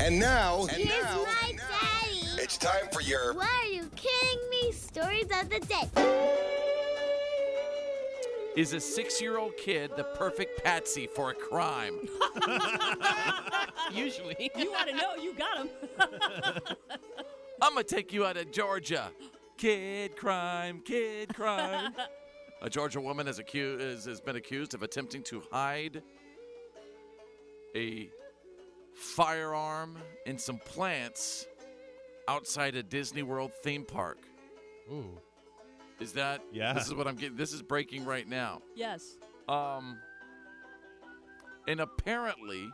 And now, He's my daddy. it's time for your. Why are you kidding me? Stories of the day. Is a six year old kid the perfect patsy for a crime? Usually. You want to know? You got him. I'm going to take you out of Georgia. Kid crime, kid crime. a Georgia woman has, accused, has, has been accused of attempting to hide a firearm in some plants outside a Disney World theme park. Ooh. Is that? Yeah. This is what I'm getting. This is breaking right now. yes. Um, and apparently,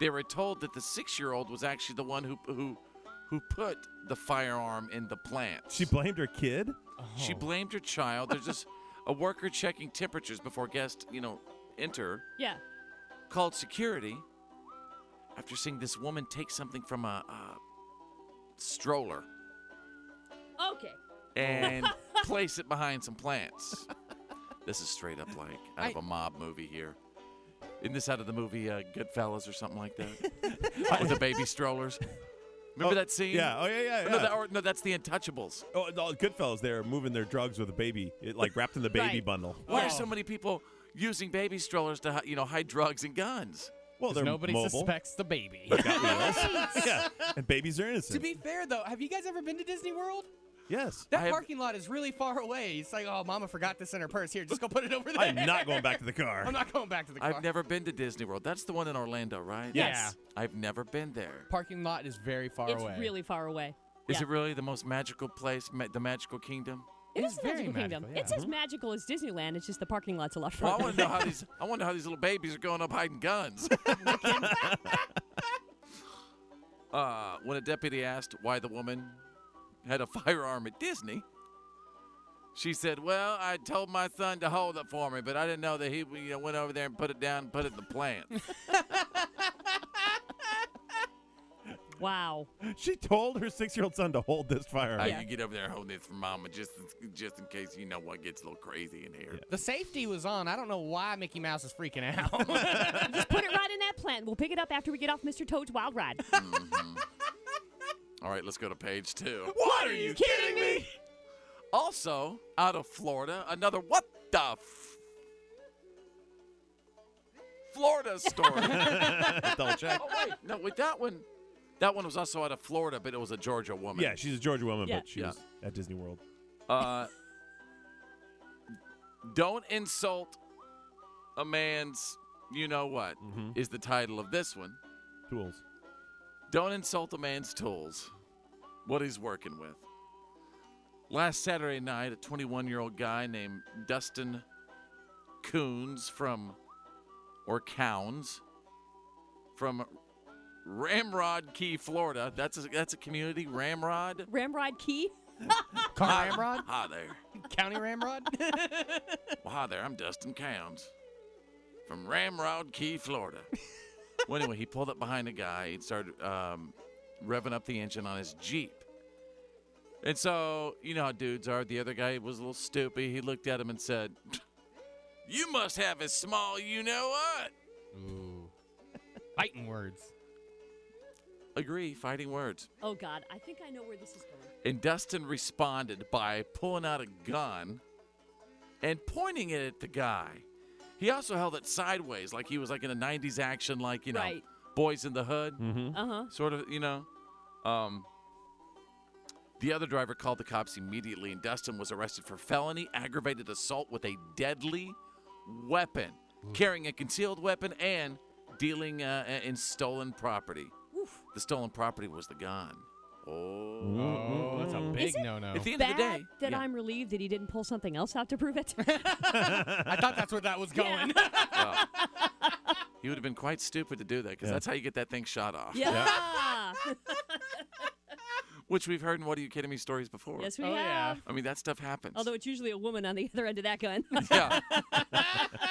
they were told that the six-year-old was actually the one who who who put the firearm in the plant. She blamed her kid? She blamed her child. There's just a worker checking temperatures before guests, you know, enter. Yeah. Called security after seeing this woman take something from a, a stroller Okay. and place it behind some plants. This is straight up like out of a mob movie here. Isn't this out of the movie uh, Goodfellas or something like that? With the baby strollers. Remember Oh, that scene? Yeah. Oh, yeah, yeah. No, yeah. that, or, no, that's the Untouchables. oh, no, Goodfellas, they're moving their drugs with a baby, it, like wrapped in the baby Right. bundle. Why are so many people using baby strollers to hi- you know hide drugs and guns? Well, they're Nobody mobile. suspects the baby. Got wheels. yeah. And babies are innocent. to be fair, though, have you guys ever been to Disney World? yes. I That have- parking lot is really far away. It's like, oh, Mama forgot this in her purse. Here, just go put it over there. I am not going back to the car. I'm not going back to the car. I've never been to Disney World. That's the one in Orlando, right? Yes. I've never been there. Parking lot is very far it's away. really far away. Is Yeah. it really the most magical place, ma- the magical kingdom? It is is a very magical kingdom. magical, yeah. It's as magical as Disneyland. It's just the parking lot's a lot Well, I farther. want to know how these. I want to know how these little babies are going up hiding guns. uh, when a deputy asked why the woman had a firearm at Disney, she said, "Well, I told my son to hold it for me, but I didn't know that he, you know, went over there and put it down and put it in the plant." wow. She told her six-year-old son to hold this firearm. Uh, you get over there and hold this for mama, just just in case you know what gets a little crazy in here. the safety was on. I don't know why Mickey Mouse is freaking out. Just put it right in that plant. We'll pick it up after we get off Mr. Toad's wild ride. All right, let's go to page two. What are you kidding me? Also, out of Florida, another what the f- Florida story. Double check. oh wait, no, wait, that one, that one was also out of Florida, but it was a Georgia woman. Yeah, she's a Georgia woman, Yeah. but she Yeah. was at Disney World. Uh, don't insult a man's, you know what, is Mhm. the title of this one. Tools. Don't insult a man's tools, what he's working with. Last Saturday night, a 21 year old guy named Dustin Coons from, or Cowns, from Ramrod Key, Florida. That's a, that's a community, Ramrod. Ramrod Key. car Ramrod? Hi there. County Ramrod? Well, hi there. I'm Dustin Counts from Ramrod Key, Florida. well, anyway, he pulled up behind a guy. He started um, revving up the engine on his Jeep. And so, you know how dudes are. The other guy was a little stupid. He looked at him and said, You must have a small you know what. Ooh. Fighting words. Agree, fighting words. Oh, God. I think I know where this is going. And Dustin responded by pulling out a gun and pointing it at the guy. He also held it sideways, like he was like in a '90s action, like you know, Right. Boys in the Hood, Mm-hmm. Uh huh. sort of. You know, um, the other driver called the cops immediately, and Dustin was arrested for felony aggravated assault with a deadly weapon, carrying a concealed weapon, and dealing uh, in stolen property. Oof. The stolen property was the gun. Oh. Oh, that's a big it- no no. At the end Bad of the day, that yeah. I'm relieved that he didn't pull something else out to prove it. I thought that's where that was going. He would have been quite stupid to do that because Yeah. that's how you get that thing shot off. yeah. Which we've heard in What Are You Kidding Me stories before. yes, we Oh, yeah. have. I mean, that stuff happens. Although it's usually a woman on the other end of that gun. Oh, yeah.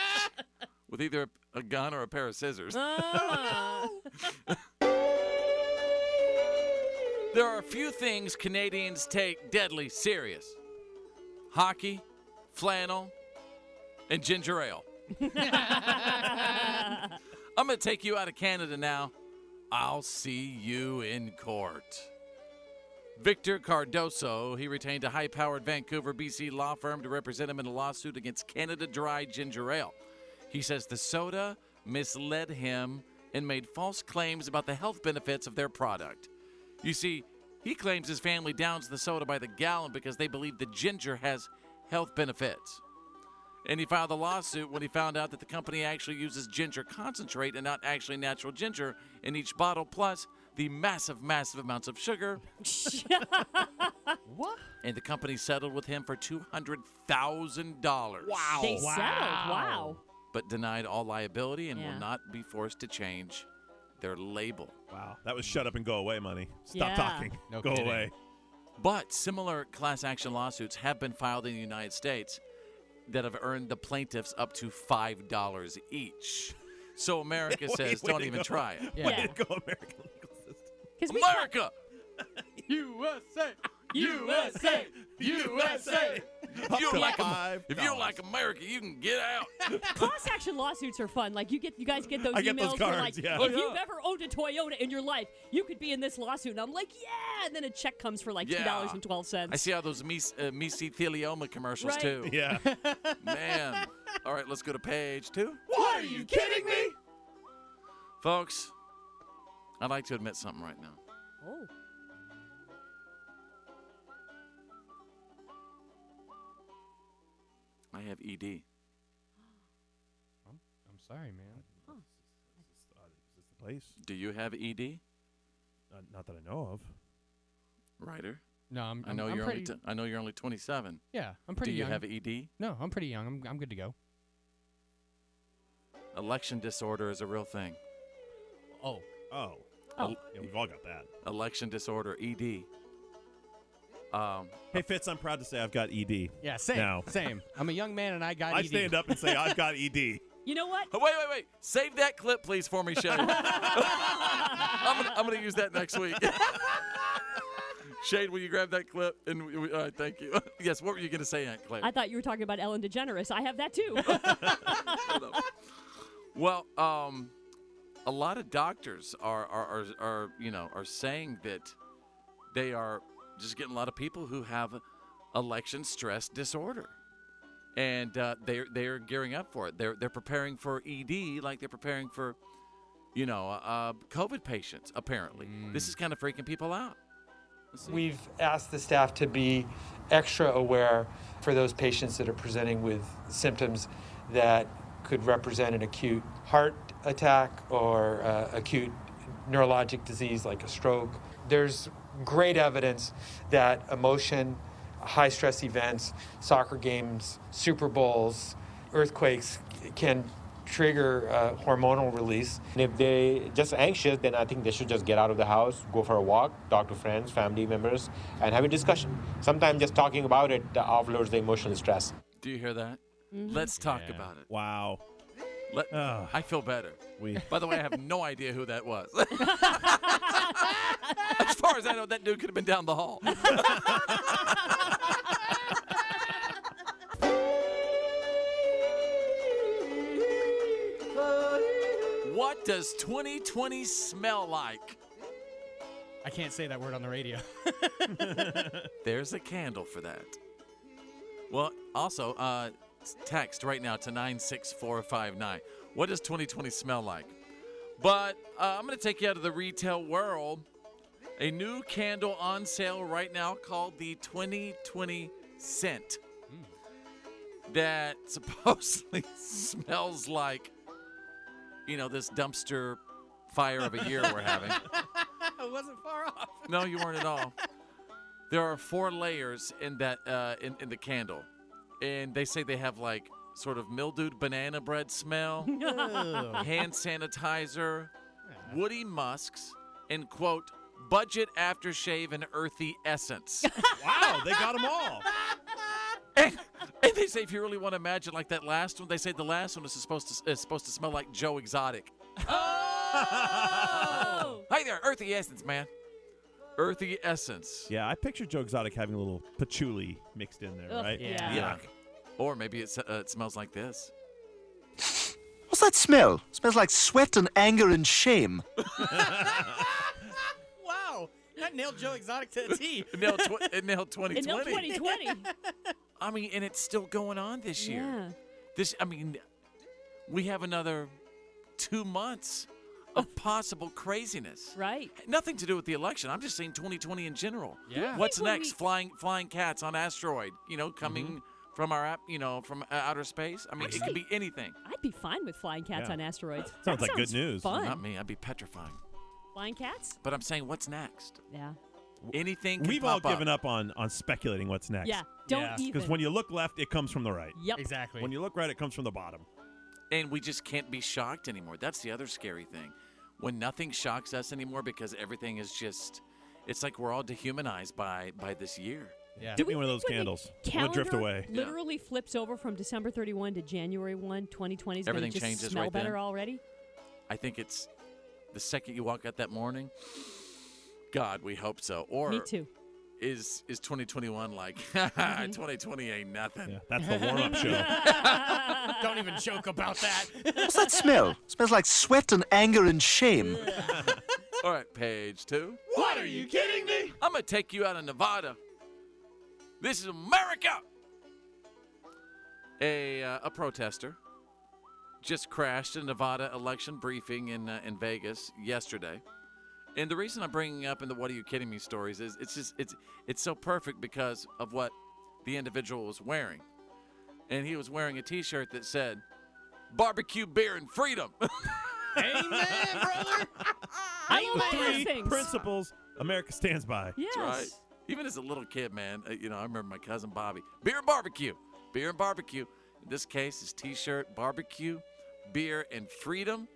With either a, a gun or a pair of scissors. Ah. There are a few things Canadians take deadly serious hockey, flannel, and ginger ale. I'm going to take you out of Canada now. I'll see you in court. Victor Cardoso, he retained a high powered Vancouver, BC law firm to represent him in a lawsuit against Canada Dry Ginger Ale. He says the soda misled him and made false claims about the health benefits of their product. You see, he claims his family downs the soda by the gallon because they believe the ginger has health benefits. And he filed a lawsuit when he found out that the company actually uses ginger concentrate and not actually natural ginger in each bottle, plus the massive, massive amounts of sugar. What? And the company settled with him for $200,000. Wow. They settled. Wow. But denied all liability and Yeah. will not be forced to change their label. Wow. Oh, That was shut up and go away money. Stop Yeah. talking. No go kidding. away. But similar class action lawsuits have been filed in the United States that have earned the plaintiffs up to $5 each. So America Wait, says, wait, don't even no. try it. Yeah. Yeah. Go American legal system. Because we talked- America! USA. USA, USA. If you to don't like, Am- five if you don't dollars. like America, you can get out. class action lawsuits are fun. Like you get, you guys get those I emails. get those where, cards, like, yeah. If Oh, you've ever owned a Toyota in your life, you could be in this lawsuit. And I'm like, yeah. And then a check comes for like two dollars and twelve cents. I see all those mes- uh, mesothelioma commercials Right. too. Yeah. Man. All right, let's go to page two. Why are you kidding me? Folks, I'd like to admit something right now. Oh. I have E ED. I'm sorry, man. Place? Do you have E ED, Uh, not that I know of. Ryder? No, I'm. I know I'm you're pretty, only t- I know you're only 27. yeah, I'm pretty Do you young. have E ED? no, I'm pretty young. I'm, I'm good to go. Election disorder is a real thing. Oh, Oh. Oh. Yeah, we've all got that. Election disorder, ED. Um, Hey, Fitz, I'm proud to say I've got ED. yeah, same. No. Same. I'm a young man and I got E I ED. stand up and say I've got E ED. You know what? Oh, wait, wait, wait. Save that clip, please, for me, Shade. I'm, gonna- I'm going to use that next week. Shade, will you grab that clip? And we, we, all right, thank you. yes, what were you going to say, Aunt Claire? I thought you were talking about Ellen DeGeneres. I have that too. well, um, a lot of doctors are, are, are, are, you know, are saying that they are just getting a lot of people who have election stress disorder. And uh, they're, they're gearing up for it. They're, they're preparing for ED like they're preparing for, you know, uh, COVID patients, apparently. This is kind of freaking people out. We've asked the staff to be extra aware for those patients that are presenting with symptoms that could represent an acute heart attack or uh, acute neurologic disease like a stroke. There's great evidence that emotion, high stress events, soccer games, Super Bowls, earthquakes can trigger uh, hormonal release. And if they just anxious, then I think they should just get out of the house, go for a walk, talk to friends, family members, and have a discussion. Sometimes just talking about it offloads the emotional stress. Do you hear that? Let's talk Yeah. about it. Wow. Let, Ugh. I feel better. We. By the way, I have no idea who that was. as far as I know, that dude could have been down the hall. what does 2020 smell like? I can't say that word on the radio. There's a candle for that. Well, also, uh, s- text right now to 96459. What does 2020 smell like? But uh, I'm going to take you out of the retail world. A new candle on sale right now called the 2020 Scent that supposedly smells like, you know, this dumpster fire of a year we're having. I wasn't far off. No, you weren't at all. There are four layers in that uh, in, in the candle, and they say they have like sort of mildewed banana bread smell, hand sanitizer, woody musks, and quote budget aftershave and earthy essence. Wow, they got them all. and, and they say if you really want to imagine like that last one, they say the last one is supposed to is supposed to smell like Joe Exotic. oh. Hey there, earthy essence, man. Earthy essence. Yeah, I picture Joe Exotic having a little patchouli mixed in there, Ugh, right? yeah. Or maybe it, s- uh, it smells like this. What's that smell? smells like sweat and anger and shame. Wow. That nailed Joe Exotic to a T. It nailed, tw- it nailed 2020. And now 2020. I mean, and it's still going on this year. yeah. This, I mean, we have another two months of possible craziness. Right. Nothing to do with the election. I'm just saying 2020 in general. Yeah. What's think when next? we- Flying flying cats on asteroid. You know, coming Mm-hmm. from our app. You know, from uh, outer space. I mean, it could Actually- be anything. I'd be fine with flying cats Yeah. on asteroids. Sounds That like good news. Fun. Not me. I'd be petrifying. flying cats? But I'm saying, what's next? Yeah. Anything. Could We've all pop given up on on speculating what's next. Yeah. Don't Yeah. 'Cause even. Because when you look left, it comes from the right. yep. Exactly. When you look right, it comes from the bottom. and we just can't be shocked anymore. That's the other scary thing. When nothing shocks us anymore because everything is just it's like we're all dehumanized by by this year. yeah. Get me one of think those when the candles. I'm gonna drift calendar away. Yeah. Literally flips over from December 31 to January 1, 2020. Is Everything gonna just changes smell right better then. already. I think it's the second you walk out that morning, God, we hope so. Or Me too. Mm-hmm. is is 2021 like 2020 ain't nothing. Yeah, that's the warm up show. Don't even joke about that. What's that smell? smells like sweat and anger and shame. All right, page 2. what are you kidding me? I'm going to take you out of Nevada. This is America. A uh, a protester just crashed a Nevada election briefing in uh, in Vegas yesterday. And the reason I'm bringing up in the "What are you kidding me?" stories is it's just it's it's so perfect because of what the individual was wearing, and he was wearing a T-shirt that said "Barbecue, beer, and freedom." Amen, brother. I love all those Three things. principles America stands by. yes. That's right. Even as a little kid, man, uh, you know, I remember my cousin Bobby. Beer and barbecue. Beer and barbecue. In this case, his t shirt, barbecue, beer, and freedom.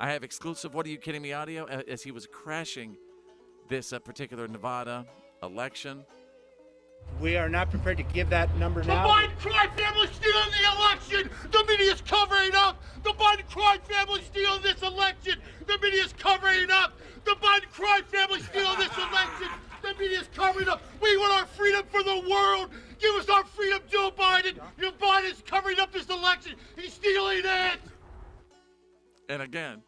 I have exclusive What Are You Kidding Me audio uh, as he was crashing this uh, particular Nevada election. We are not prepared to give that number The now. Biden crime family stealing the election. The media's covering it up. The Biden crime family stealing this election. The media's covering it up. The Biden crime family stealing this election. The media's covering it up. We want our freedom for the world. Give us our freedom, Joe Biden. Joe Biden's covering up this election. He's stealing it. And again,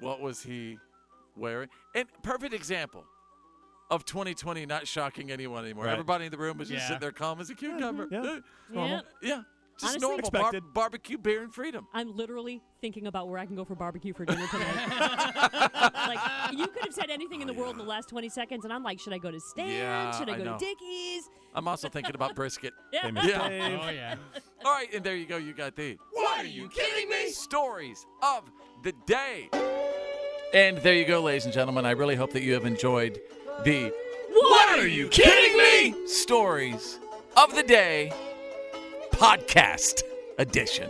what was he wearing? And perfect example of 2020 not shocking anyone anymore. Right. Mm-hmm. Everybody in the room was just Yeah. sitting there calm as a cucumber. yeah. Yeah. Yeah. Just Honestly- normal bar- Expected. barbecue, beer, and freedom. I'm literally thinking about where I can go for barbecue for dinner tonight. like you could have said anything in the world in the last 20 seconds, and I'm like, should I go to Stan? Yeah, should I I go know. to Dickie's? I'm also thinking about brisket. Famous Yeah. Dave. Oh yeah. All right, and there you go. You got the. What are you kidding me? Stories of the day. And there you go, ladies and gentlemen. I really hope that you have enjoyed the. What are you kidding me? Stories of the day podcast edition.